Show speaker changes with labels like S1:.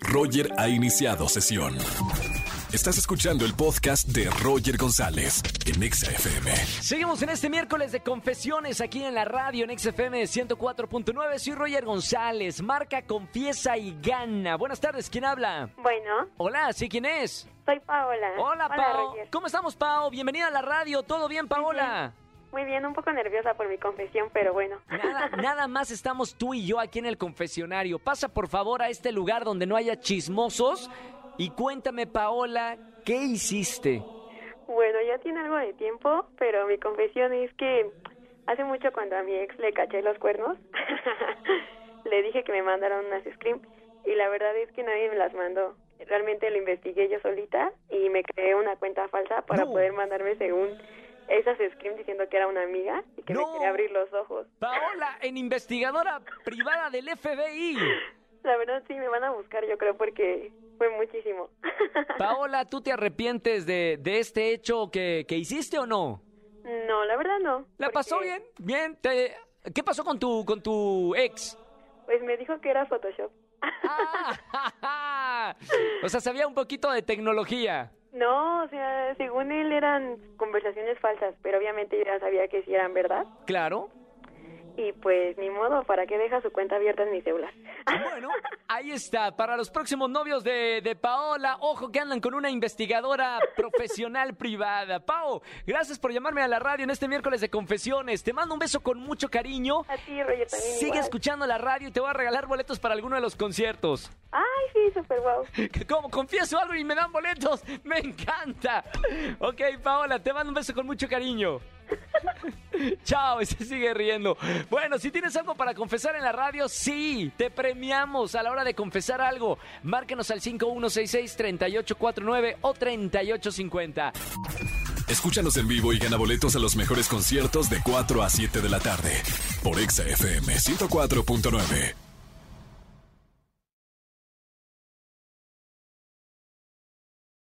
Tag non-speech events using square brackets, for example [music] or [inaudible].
S1: Roger ha iniciado sesión. Estás escuchando el podcast de Roger González en EXA-FM.
S2: Seguimos en este miércoles de confesiones aquí en la radio en XFM 104.9. Soy Roger González, marca Confiesa y Gana. Buenas tardes, ¿quién habla?
S3: Bueno,
S2: Hola, ¿sí quién es?
S3: soy Paola.
S2: Hola, Pao.
S3: Roger.
S2: ¿Cómo estamos, Pao? Bienvenida a la radio. ¿Todo bien, Paola?
S3: Muy bien, un poco nerviosa por mi confesión, pero bueno.
S2: Nada, nada más estamos tú y yo aquí en el confesionario. Pasa por favor a este lugar donde no haya chismosos y cuéntame, Paola, ¿qué hiciste?
S3: [laughs] Bueno, ya tiene algo de tiempo, pero mi confesión es que hace mucho cuando a mi ex le caché los cuernos, [laughs] le dije que me mandaron unas scream y la verdad es que nadie me las mandó. Realmente lo investigué yo solita y me creé una cuenta falsa para
S2: No.
S3: poder mandarme según esas scream diciendo que era una amiga y que
S2: No.
S3: me quería abrir los ojos.
S2: Paola, en investigadora privada del FBI.
S3: La verdad sí me van a buscar, yo creo, porque fue muchísimo. [laughs]
S2: Paola, ¿tú te arrepientes de, de este hecho que, que hiciste o no?
S3: No, la verdad no.
S2: ¿La
S3: porque,
S2: pasó bien? Bien. te- ¿Qué pasó con tu, con tu ex?
S3: Pues me dijo que era Photoshop. [laughs]
S2: Ah, ja, ja. [laughs] o sea, sabía un poquito de tecnología.
S3: No, o sea, según él eran conversaciones falsas, pero obviamente yo ya sabía que sí eran verdad.
S2: Claro.
S3: Y pues ni modo, ¿para qué deja su cuenta abierta en mi celular? [laughs]
S2: Bueno, ahí está. Para los próximos novios de, de Paola, ojo que andan con una investigadora profesional privada. Pao, gracias por llamarme a la radio en este miércoles de confesiones. Te mando un beso con mucho cariño.
S3: A ti, Roger, también
S2: Sigue
S3: igual.
S2: escuchando la radio y te voy a regalar boletos para alguno de los conciertos.
S3: Ay, sí, súper guau.
S2: [laughs] Como confieso algo y me dan boletos, me encanta. Ok, Paola, te mando un beso con mucho cariño. [laughs] Chao, y se sigue riendo. Bueno, si tienes algo para confesar en la radio, sí, te premiamos a la hora de confesar algo. Márcanos al 5166-3849 o 3850.
S1: Escúchanos en vivo y gana boletos a los mejores conciertos de 4 a 7 de la tarde por EXA-FM 104.9.